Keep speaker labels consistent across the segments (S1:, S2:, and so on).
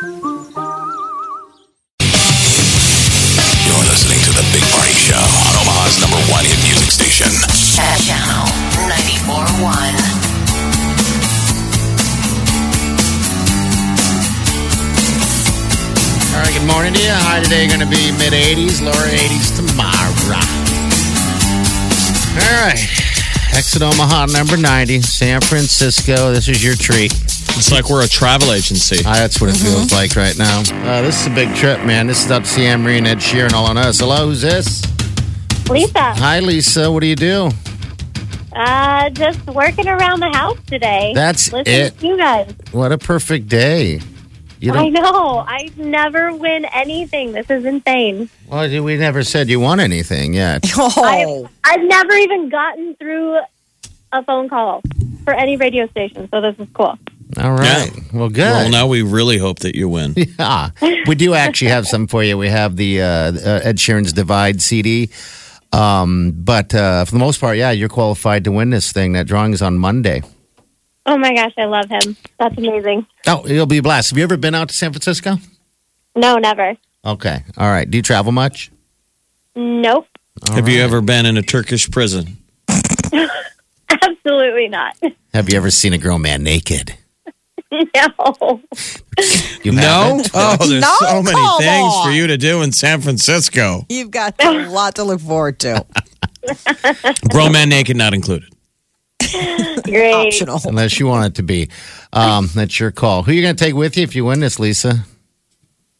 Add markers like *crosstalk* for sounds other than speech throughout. S1: You're listening to the Big Party Show on Omaha's number one hit music station.
S2: Channel 94.1.
S3: All right, good morning to you. High today going to be mid 80s, lower 80s tomorrow. All right, exit Omaha number 90, San Francisco. This is your treat.
S4: It's like we're a travel agency.
S3: Ah, that's what it feels like right now. Uh, this is a big trip, man. This is up to Emery and Ed Sheeran all on us. Hello, who's this?
S5: Lisa,
S3: Hi, Lisa. What do you do?
S5: uh, just working around the house today.
S3: That's
S5: Listen
S3: it.
S5: To you guys.
S3: What a perfect day. You
S5: I
S3: don't,
S5: know. I never win anything. This is insane.
S3: well, we never said you won anything yet.
S6: Oh,
S5: I've never even gotten through a phone call for any radio station, so this is cool.
S3: All right. Well, good.
S4: Well, now we really hope that you win.
S3: *laughs* Yeah, we do actually have some for you. We have the uh, uh, Ed Sheeran's Divide CD. Um, but uh, for the most part, yeah, you're qualified to win this thing. That drawing is on Monday.
S5: Oh my gosh, I love him. That's amazing.
S3: Oh, it'll be a blast. Have you ever been out to San Francisco?
S5: No, never.
S3: Okay. All right. Do you travel much?
S5: Nope. *laughs*
S4: Have you ever been in a Turkish prison?
S5: Absolutely not. *laughs*
S3: Have you ever seen a grown man naked?
S5: no.
S3: You haven't?
S4: *laughs* Oh, there's
S6: No,
S4: so many
S6: come
S4: things for
S6: on.
S4: you to do in San Francisco.
S6: you've got a lot to look forward to.
S4: Grown man naked not included.
S5: Great.
S6: Optional.
S3: Unless you want it to be. Um, that's your call. Who you going to take with you if you win this, Lisa?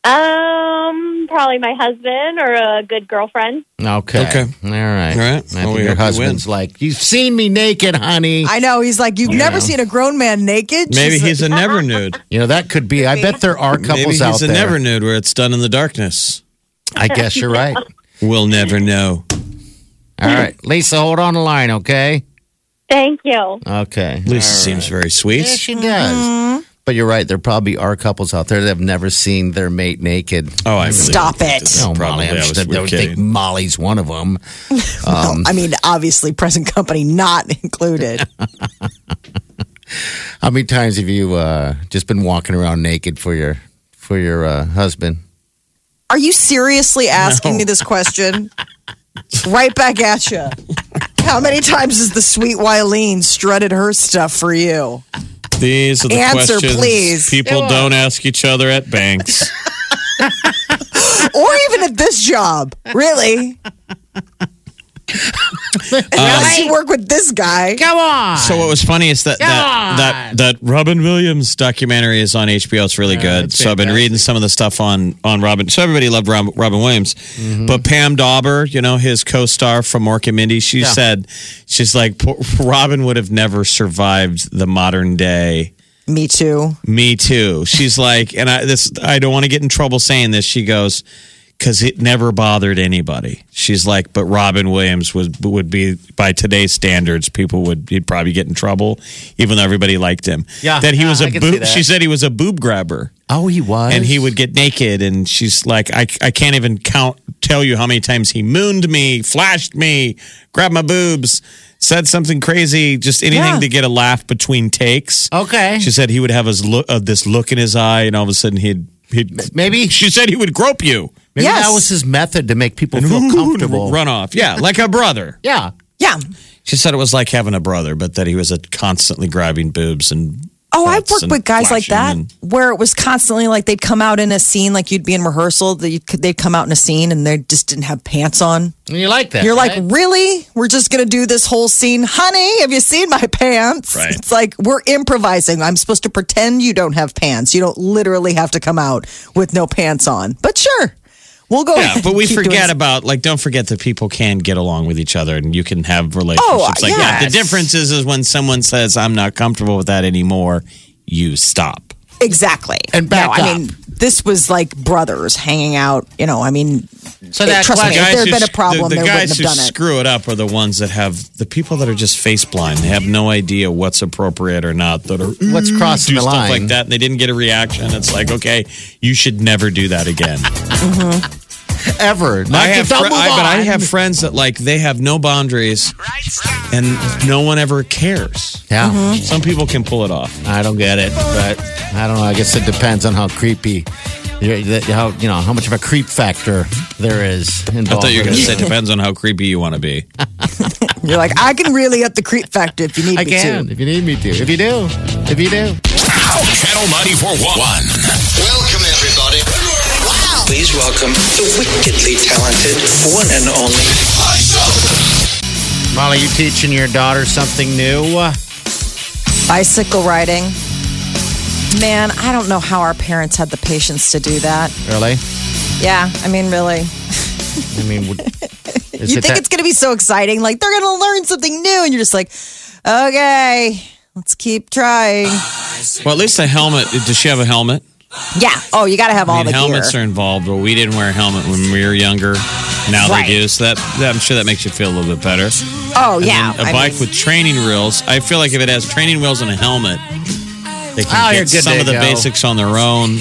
S5: Um, probably my husband or a good girlfriend.
S3: Okay.
S4: Okay.
S3: All right.
S4: All right.
S3: I
S4: Well,
S3: think
S4: we
S3: your
S4: hope you
S3: husband's like, you've seen me naked, honey.
S6: I know. He's like, you've never seen a grown man naked.
S4: Maybe
S6: She's
S4: he's
S6: *laughs*
S4: a never nude.
S3: You know, that could be. I bet there are couples
S4: Maybe he's
S3: out
S4: a
S3: there.
S4: never nude where it's done in the darkness.
S3: I guess you're
S6: *laughs*
S3: right. All
S4: We'll never know.
S3: right. Lisa, hold on the line, okay?
S5: Thank you.
S3: Okay.
S4: Lisa seems very sweet.
S3: Yeah, she does.
S6: Mm-hmm.
S3: But you're right. There probably are couples out there that have never seen their mate naked.
S4: Oh, I believe
S6: Stop
S4: Oh, that.
S6: it.
S3: No, Molly.
S4: probably.
S3: I'm
S4: I
S3: just,
S4: was,
S3: I
S4: we're
S3: don't think
S4: kidding.
S3: Molly's one of Um, them.
S6: *laughs* Well, I mean, obviously, present company not *laughs* included.
S3: How many times have you uh, just been walking around naked for your for your uh, husband?
S6: Are you seriously asking me this question? right back at you. How many times has the sweet Wileen strutted her stuff for you?
S4: These are the
S6: Answer,
S4: questions
S6: please.
S4: people don't ask each other at banks.
S6: Or even at this job? Really?
S4: Uh,
S6: How does she work with this guy?
S3: Come on.
S4: So what was funny is that that, that that Robin Williams documentary is on HBO. It's really good. So I've been reading some of the stuff on on Robin. So everybody loved Rob, Robin Williams, but Pam Dauber, you know his co-star from Mork and Mindy, she said she's like "Poor- *laughs* Robin would have never survived the modern day.
S6: Me too.
S4: Me too. She's like, and I this I don't want to get in trouble saying this. She goes because it never bothered anybody. She's like, but Robin Williams was would be by today's standards, people would he'd probably get in trouble, even though everybody liked him.
S3: Yeah,
S4: that he
S3: yeah,
S4: was
S3: I
S4: a
S3: can see
S4: boob.
S3: that.
S4: She said he was a boob grabber,
S3: Oh, he was.
S4: and he would get naked. And she's like, I I can't even count tell you how many times he mooned me, flashed me, grabbed my boobs. Said something crazy, just anything
S6: Yeah.
S4: to get a laugh between takes.
S3: Okay.
S4: She said he would have his look, uh, this look in his eye, and all of a sudden he'd he'd.
S3: Maybe.
S4: She said he would grope you
S3: Maybe
S6: Yes.
S3: that was his method to make people feel comfortable.
S4: run off. Yeah, like a brother.
S3: Yeah.
S6: Yeah.
S4: She said it was like having a brother, but that he was uh constantly grabbing boobs and.
S6: Oh, I've
S4: butts
S6: worked
S4: and
S6: with guys like that
S4: flashing and-
S6: where it was constantly like they'd come out in a scene, like you'd be in rehearsal, that you'd- they'd come out in a scene and they just didn't have pants on.
S3: And you like that.
S6: You're
S3: right?
S6: like, really? We're just going to do this whole scene? Honey, have you seen my pants?
S4: Right.
S6: It's like, we're improvising. I'm supposed to pretend you don't have pants. You don't literally have to come out with no pants on. But sure, we'll go. ahead
S4: yeah, but
S6: and
S4: we
S6: Oh, keep doing
S4: forget
S6: s-
S4: about like don't forget that people can get along with each other and you can have relationships like that. The
S6: Oh, yes.
S4: difference is is when someone says I'm not comfortable with that anymore, you stop.
S6: exactly.
S3: And back
S6: no,
S3: up.
S6: I mean, this was like brothers hanging out. You know, I mean,
S3: So
S6: it-
S3: that
S6: trust me,
S3: question-
S6: if there had
S4: who
S6: been a
S4: s-
S6: problem,
S4: the, the
S6: they
S4: guys
S6: wouldn't have
S4: who
S6: done it.
S4: screw it up are the ones that have the people that are just face blind. They have no idea what's appropriate or not. That
S6: Mm,
S4: are
S3: What's
S4: "Ooh,"
S3: crossing
S4: do
S3: the
S4: stuff
S3: line.
S4: like that, and they didn't get a reaction. It's like, okay, you should never do that
S6: *laughs*
S4: again.
S3: Ever.
S4: I
S3: Not-
S4: have,
S3: don't
S4: fri-
S3: move
S4: I, but I
S3: on.
S4: have friends that like they have no boundaries, and no one ever cares.
S3: Yeah.
S4: Some people can pull it off.
S3: Mm-hmm. I don't get it, but I don't know. I guess it depends on how creepy, you're- that- how you know, how much of a creep factor there is involved.
S4: I thought you were going
S3: with
S4: to
S3: it.
S4: say depends on how creepy you want to be.
S6: You're like, I can really up the creep factor if you need
S3: *laughs* I
S6: me
S3: can
S6: to.
S3: if you need me to. If you do, if you do.
S1: Channel 941.
S7: Welcome, everybody. Wow. Please welcome the wickedly talented one and only.
S3: Molly, you teaching your daughter something new?
S6: Bicycle riding. Man, I don't know how our parents had the patience to do that.
S3: Really?
S6: Yeah, I mean, really.
S3: I mean,
S6: *laughs*
S3: would- is
S6: you
S3: it
S6: think
S3: that-
S6: it's going to be so exciting. Like they're going to learn something new, and you're just like, okay, let's
S4: *sighs*
S6: keep trying.
S4: Well, at least a helmet. Does she have a helmet?
S6: yeah. Oh, you got to have all
S4: I mean,
S6: the
S4: helmets
S6: gear.
S4: are involved, but we didn't wear a helmet when we were younger. Now
S6: Right.
S4: they do, so that, that I'm sure that makes you feel a little bit better.
S6: oh,
S4: And
S6: yeah.
S4: then
S6: I
S4: a bike
S6: mean,
S4: with training wheels. I feel like if it has training wheels and a helmet, they
S3: Oh,
S4: can
S3: you're
S4: get
S3: good
S4: some
S3: to
S4: of the
S3: go.
S4: basics on their own.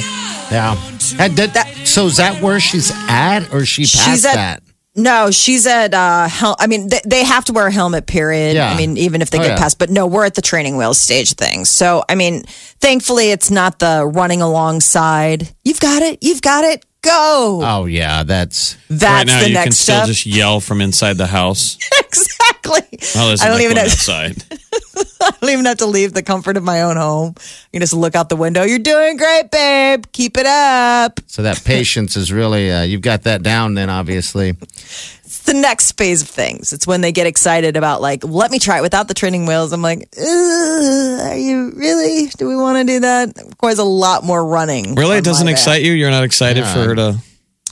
S3: yeah. And that-
S6: That-
S3: so is that where she's at, or is she past
S6: She's at-
S3: that?
S6: no, she's at. Uh, hel- I mean, they, they have to wear a helmet. Period.
S3: Yeah.
S6: I mean, even if they
S3: Oh,
S6: get
S3: yeah.
S6: past. But no, we're at the training wheels stage thing. So I mean, thankfully, it's not the running alongside. You've got it. You've got it. Go.
S3: Oh yeah, that's
S6: That's
S4: right Uh, now,
S6: the
S4: you
S6: next
S4: can
S6: step.
S4: still just yell from inside the house.
S6: *laughs* exactly.
S4: Oh, there's
S6: I don't
S4: like
S6: even
S4: one
S6: have.
S4: outside. *laughs*
S6: I don't even have to *laughs* leave the comfort of my own home. You just look out the window. You're doing great, babe. Keep it up.
S3: so that patience is really uh, you've got that down. Then obviously,
S6: It's the next phase of things. It's when they get excited about like, let me try it without the training wheels. I'm like, "Ugh, are you really? Do we want to do that? Requires a lot more running.
S4: Really, it
S6: on Oh, my
S4: doesn't
S6: back.
S4: excite you. You're not excited for her to.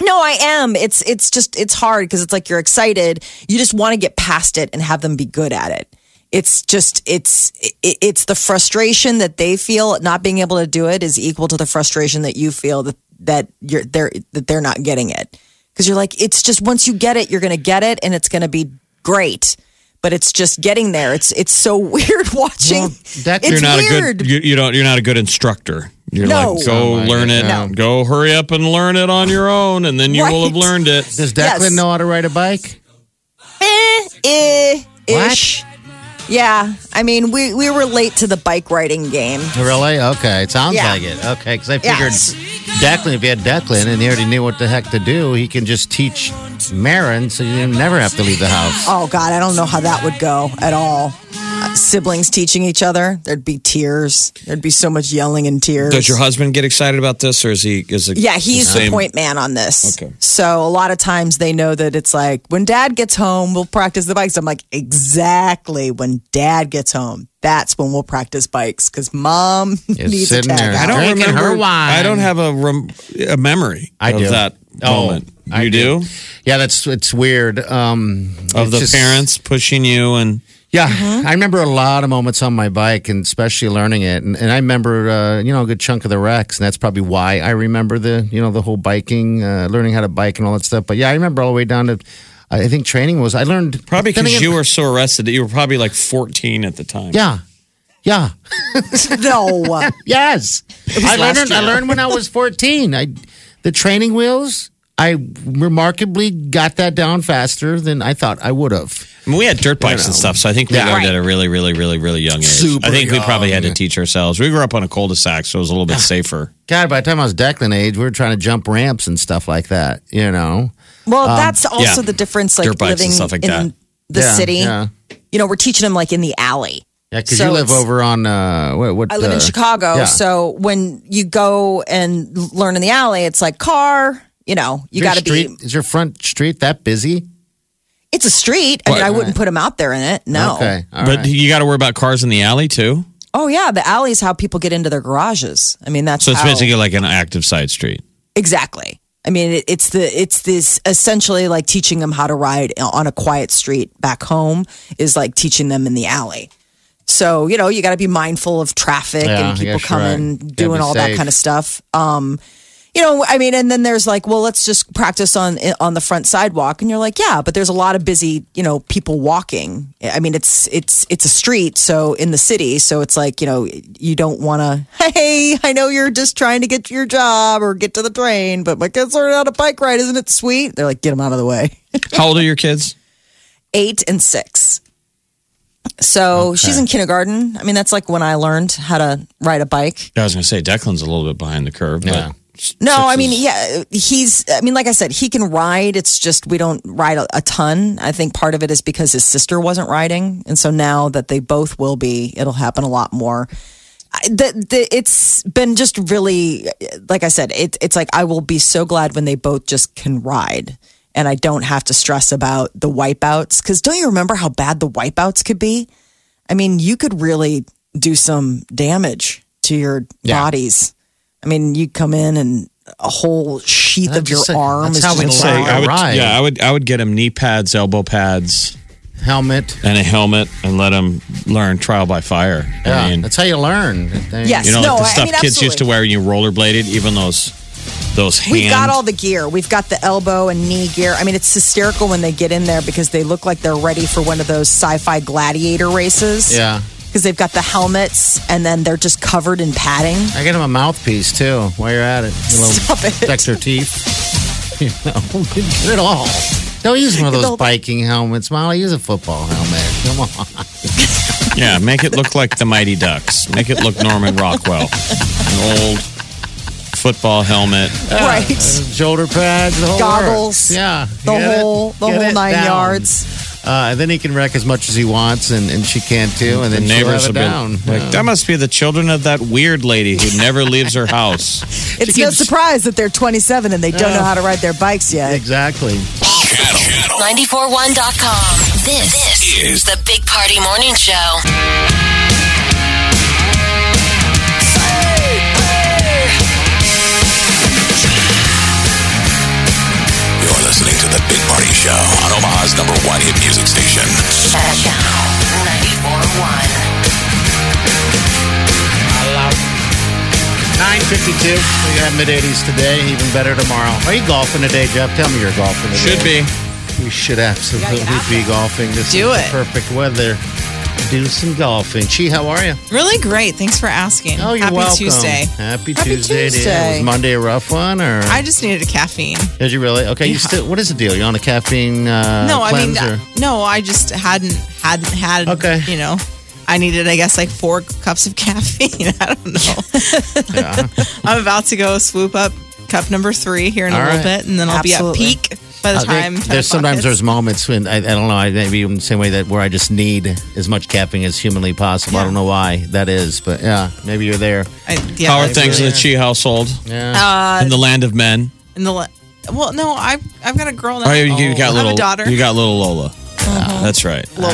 S6: No, I am. It's it's just it's hard because it's like you're excited. You just want to get past it and have them be good at it. It's just it's it, it's the frustration that they feel at not being able to do it is equal to the frustration that you feel that that you're they're that they're not getting it because you're like it's just once you get it you're gonna get it and it's gonna be great. But it's just getting there. It's it's so *laughs* weird watching.
S3: that-
S6: it's
S3: You're
S4: You're not
S6: weird.
S4: a good. You, you don't. You're not a good instructor. You're
S6: No. Oh
S4: like go
S3: Sound like
S4: learn it.
S3: it, yeah.
S4: Go hurry up and learn it on your own, and then you will have
S6: Right.
S4: learned it.
S3: does
S6: Yes.
S3: Declan know how to ride a bike?
S6: eh, eh,
S3: What?
S6: ish. Yeah, I mean, we we were late to the bike riding game.
S3: Really? Okay, it sounds
S6: Yeah.
S3: like it. Okay, because I figured
S6: Yes.
S3: Declan, if you had Declan and he already knew what the heck to do, he can just teach Marin, so you never have to leave the house.
S6: Oh God, I don't know how that would go at all. Uh, siblings teaching each other, there'd be tears. There'd be so much yelling and tears.
S4: Does your husband get excited about this, or is he? Is it
S6: yeah, he's the
S4: same?
S6: point man on this.
S4: Okay.
S6: So a lot of times they know that it's like when dad gets home, we'll practice the bikes. I'm like, exactly. When dad gets home, that's when we'll practice bikes because mom *laughs* needs a
S3: sitting
S6: tag
S3: there.
S6: out.
S4: I don't
S3: Drinking
S4: remember.
S3: her wine.
S4: I don't have a rem- a memory.
S3: I
S4: of
S3: do.
S4: that
S3: Oh,
S4: moment.
S3: I
S4: you do,
S3: Yeah, that's it's weird. Um,
S4: of
S3: it's
S4: the
S3: just-
S4: parents pushing you and
S3: Yeah,
S6: Mm-hmm.
S3: I remember a lot of moments on my bike, and especially learning it. And, and I remember, uh, you know, a good chunk of the wrecks, and that's probably why I remember the, you know, the whole biking, uh, learning how to bike and all that stuff. But yeah, I remember all the way down to, I think training was. I learned
S4: probably
S3: then
S4: because
S3: again-
S4: you were so arrested that you were probably like 14 at the time.
S3: Yeah, yeah.
S6: *laughs* No.
S3: Yes. I
S6: last
S3: learned I
S6: year.
S3: learned when I *laughs* was 14. I the training wheels, I remarkably got that down faster than I thought I would have.
S4: I mean, we had dirt bikes and stuff, so I think we
S3: Yeah.
S4: learned
S3: Right.
S4: at a really, really, really, really young age.
S3: Super
S4: I think we probably had to
S3: young.
S4: teach ourselves. We grew up on a cul-de-sac, so it was a little bit safer.
S3: God, by the time I was Declan age, we were trying to jump ramps and stuff like that, you know.
S6: Well, that's also
S4: Um, yeah.
S6: the difference, like
S4: Dirt bikes and
S6: living
S4: stuff like
S6: in
S4: that.
S6: the
S3: Yeah,
S6: city.
S3: yeah.
S6: You know, we're teaching them like in the alley.
S3: Yeah, because
S6: So
S3: you live
S6: it's-
S3: over on uh, what? what
S6: I live
S3: uh,
S6: in Chicago,
S3: yeah.
S6: so when you go and l- learn in the alley, it's like car. You know, you
S3: Your
S6: got to be.
S3: street- Is your front street that busy?
S6: It's a street. I mean,
S4: Right.
S6: I wouldn't put them out there in it. No.
S3: Okay, all
S4: but
S3: right.
S4: you got to worry about cars in the alley too.
S6: Oh yeah, the alley is how people get into their garages. I mean, that's
S4: So it's
S6: how-
S4: basically like an active side street.
S6: exactly. I mean, it, it's the it's this essentially like teaching them how to ride on a quiet street back home is like teaching them in the alley. So, you know, you got to be mindful of traffic
S3: Yeah, I
S6: and people
S3: guess you're
S6: coming,
S3: right. Gotta
S6: doing
S3: be
S6: all that
S3: safe.
S6: kind of stuff. Um, you know, I mean, and then there's like, well, let's just practice on on the front sidewalk, and you're like, yeah, but there's a lot of busy, you know, people walking. I mean, it's it's it's a street, so in the city, so it's like, you know, you don't want to. Hey, I know you're just trying to get to your job or get to the train, but my kids learned how to bike ride. Isn't it sweet? They're like, get them out of the way
S4: How old are your kids?
S6: eight and six. So she's in kindergarten. I mean, that's like when I learned how to ride a bike.
S4: I was going to say Declan's a little bit behind the curve. but
S3: Yeah.
S4: s-
S6: No,
S4: six
S6: I mean,
S4: is-
S6: yeah, he's, I mean, like I said, he can ride. It's just we don't ride a, a ton. I think part of it is because his sister wasn't riding. And so now that they both will be, it'll happen a lot more. I- The, the, it's been just really, like I said, it, it's like I will be so glad when they both just can ride and I don't have to stress about the wipeouts. Cause don't you remember how bad the wipeouts could be? I mean, you could really do some damage to your
S3: Yeah.
S6: bodies. I mean, you come in and a whole sheath
S3: That's
S6: of your
S3: just a-
S6: arm
S3: that's
S6: is
S3: how
S6: just
S3: we
S4: I'd say
S3: Wow.
S4: I would,
S3: Right.
S4: yeah, I would, I would get him knee pads, elbow pads,
S3: Helmet.
S4: and a helmet, and let him learn trial by fire.
S3: Yeah,
S4: I mean,
S3: that's how you learn.
S6: Yes.
S4: you know,
S6: No,
S4: like the
S6: I
S4: stuff
S6: mean,
S4: kids used to
S6: absolutely.
S4: wear when you rollerbladed, even those, those hand.
S6: We've got all the gear. We've got the elbow and knee gear. I mean, it's hysterical when they get in there because they look like they're ready for one of those sci-fi gladiator races.
S3: Yeah.
S6: Because they've got the helmets and then they're just covered in padding.
S3: I get him a mouthpiece too. While you're at it, you know,
S6: *laughs* Stop it.
S3: protect their teeth. *laughs* You know, get it all. Don't use one of
S6: Get
S3: those
S6: all the-
S3: biking helmets, Molly. Use a football helmet. Come on.
S4: yeah, make it look like the Mighty Ducks. Make it look Norman Rockwell, an old football helmet.
S6: right.
S3: *laughs* Shoulder pads, the whole
S6: Goggles.
S3: works. Yeah.
S6: The
S3: Get it?
S6: whole- the
S3: Get
S6: whole
S3: it
S6: nine
S3: down.
S6: yards.
S3: Uh, and then he can wreck as much as he wants, and, and she can't too. And
S4: The
S3: then she'll
S4: neighbors
S3: have
S4: have
S3: it down.
S4: been like,
S3: Yeah.
S4: that must be the children of that weird lady who never leaves her house.
S6: It's no surprise that they're 27 and they don't know how to ride their bikes yet.
S3: exactly.
S1: Channel
S2: 941.com. This, this is the Big Party Morning Show.
S1: You're listening to the Big Party Show on Omaha's number one hit music station.
S2: Channel 941.
S3: 952. We got mid 80s today, even better tomorrow. Are you golfing today, Jeff? Tell me you're golfing today.
S4: Should be.
S3: We should absolutely be golfing. This
S8: Do
S3: is
S8: it.
S3: The perfect weather. Do some golfing. Chi, how are you?
S8: Really great. Thanks for asking.
S3: Oh, you're
S8: Happy
S3: welcome.
S8: Tuesday.
S3: Happy,
S6: Happy
S3: Tuesday. to you.
S6: Tuesday.
S3: Was Monday a rough one, or
S8: I just needed a caffeine.
S3: did you really? Okay, you still. What is the deal? You on a caffeine uh,
S8: no, I mean,
S3: cleanse? or-
S8: no, I just hadn't hadn't had.
S3: Okay.
S8: You know, I needed, I guess, like four cups of *laughs* caffeine. I don't know.
S3: Yeah.
S8: I'm about to go swoop up cup number three here in
S3: All
S8: a little
S3: right.
S8: bit, and then I'll
S6: Absolutely.
S8: be at peak by the
S4: Uh,
S3: I
S8: time.
S3: think
S8: ten
S3: Uh, there's
S8: o'clock
S3: sometimes
S8: hits.
S3: there's moments when I, I don't know I maybe in the same way that where I just need as much caffeine as humanly possible. I
S8: Yeah.
S3: don't know why that is, but yeah, maybe you're there.
S8: I, yeah,
S4: How are
S8: like-
S4: things in the Chi household
S3: Yeah,
S4: in the land of men?
S8: in the. le- Well, no, I've I've got a girl now.
S4: Oh, you, you got
S8: I
S4: little.
S8: have a daughter. Uh-huh.
S4: You got little Lola. That's right.
S8: Lola.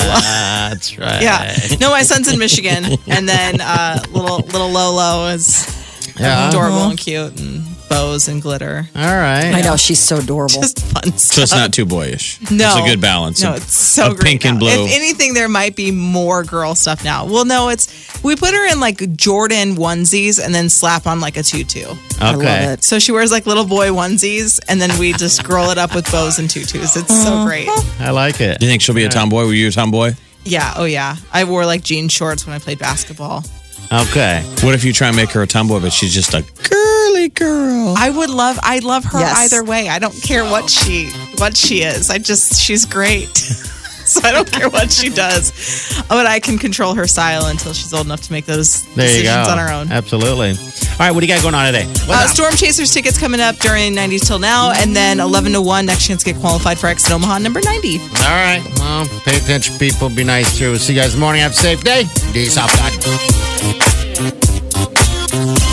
S3: that's right.
S8: Yeah.
S4: Uh,
S8: No, my son's in Michigan, and then uh, little little Lolo is
S4: Uh-huh.
S3: Yeah.
S8: adorable and cute, and bows and glitter,
S3: All right.
S6: I know she's so adorable.
S8: just fun
S4: So
S8: stuff.
S4: it's not too boyish.
S8: no,
S4: it's a good balance.
S8: No,
S4: of-
S8: it's so
S4: of
S8: great
S4: pink and
S8: now.
S4: blue.
S8: If anything, there might be more girl stuff now. Well, no, it's we put her in like Jordan onesies and then slap on like a tutu.
S3: Okay.
S6: I love it.
S8: So she wears like little boy onesies, and then we just girl it up with bows and tutus. It's so great.
S3: I like it.
S4: Do you think she'll be a tomboy? Were you a tomboy?
S8: Yeah. Oh yeah. I wore like jean shorts when I played basketball.
S3: Okay.
S4: What if you try and make her a tomboy, but she's just a girly girl?
S8: I would love I love her
S6: Yes.
S8: either way. I don't care what she what she is. I just she's great. *laughs* so I don't care what she does. But I can control her style until she's old enough to make those
S3: There you
S8: decisions
S3: go. Uh,
S8: on her own.
S3: Absolutely. All right, what do you got going on today? What's
S8: Uh,
S3: up?
S8: Storm Chasers tickets coming up during 90s till now, and then 11 to 1, next chance to get qualified for Exit Omaha number 90.
S3: All right. Well, pay attention, people. Be nice to us. See you guys in the morning. Have a safe day. Peace out, God.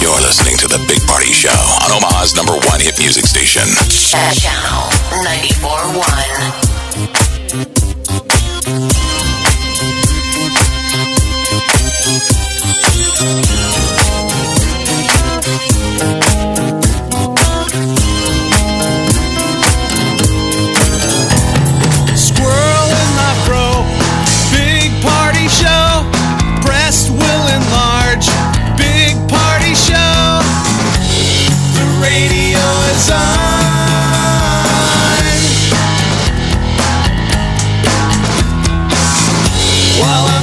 S1: You're listening to the Big Party Show on Omaha's number one hit music station.
S2: Channel 941.
S4: Squirrel in my bro. Big party show. Breast
S9: I'm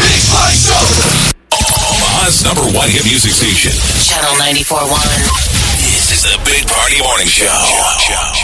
S1: Big Party Show. Omaha's number one hit music station.
S2: Channel 941.
S1: This is the Big Party Morning Show.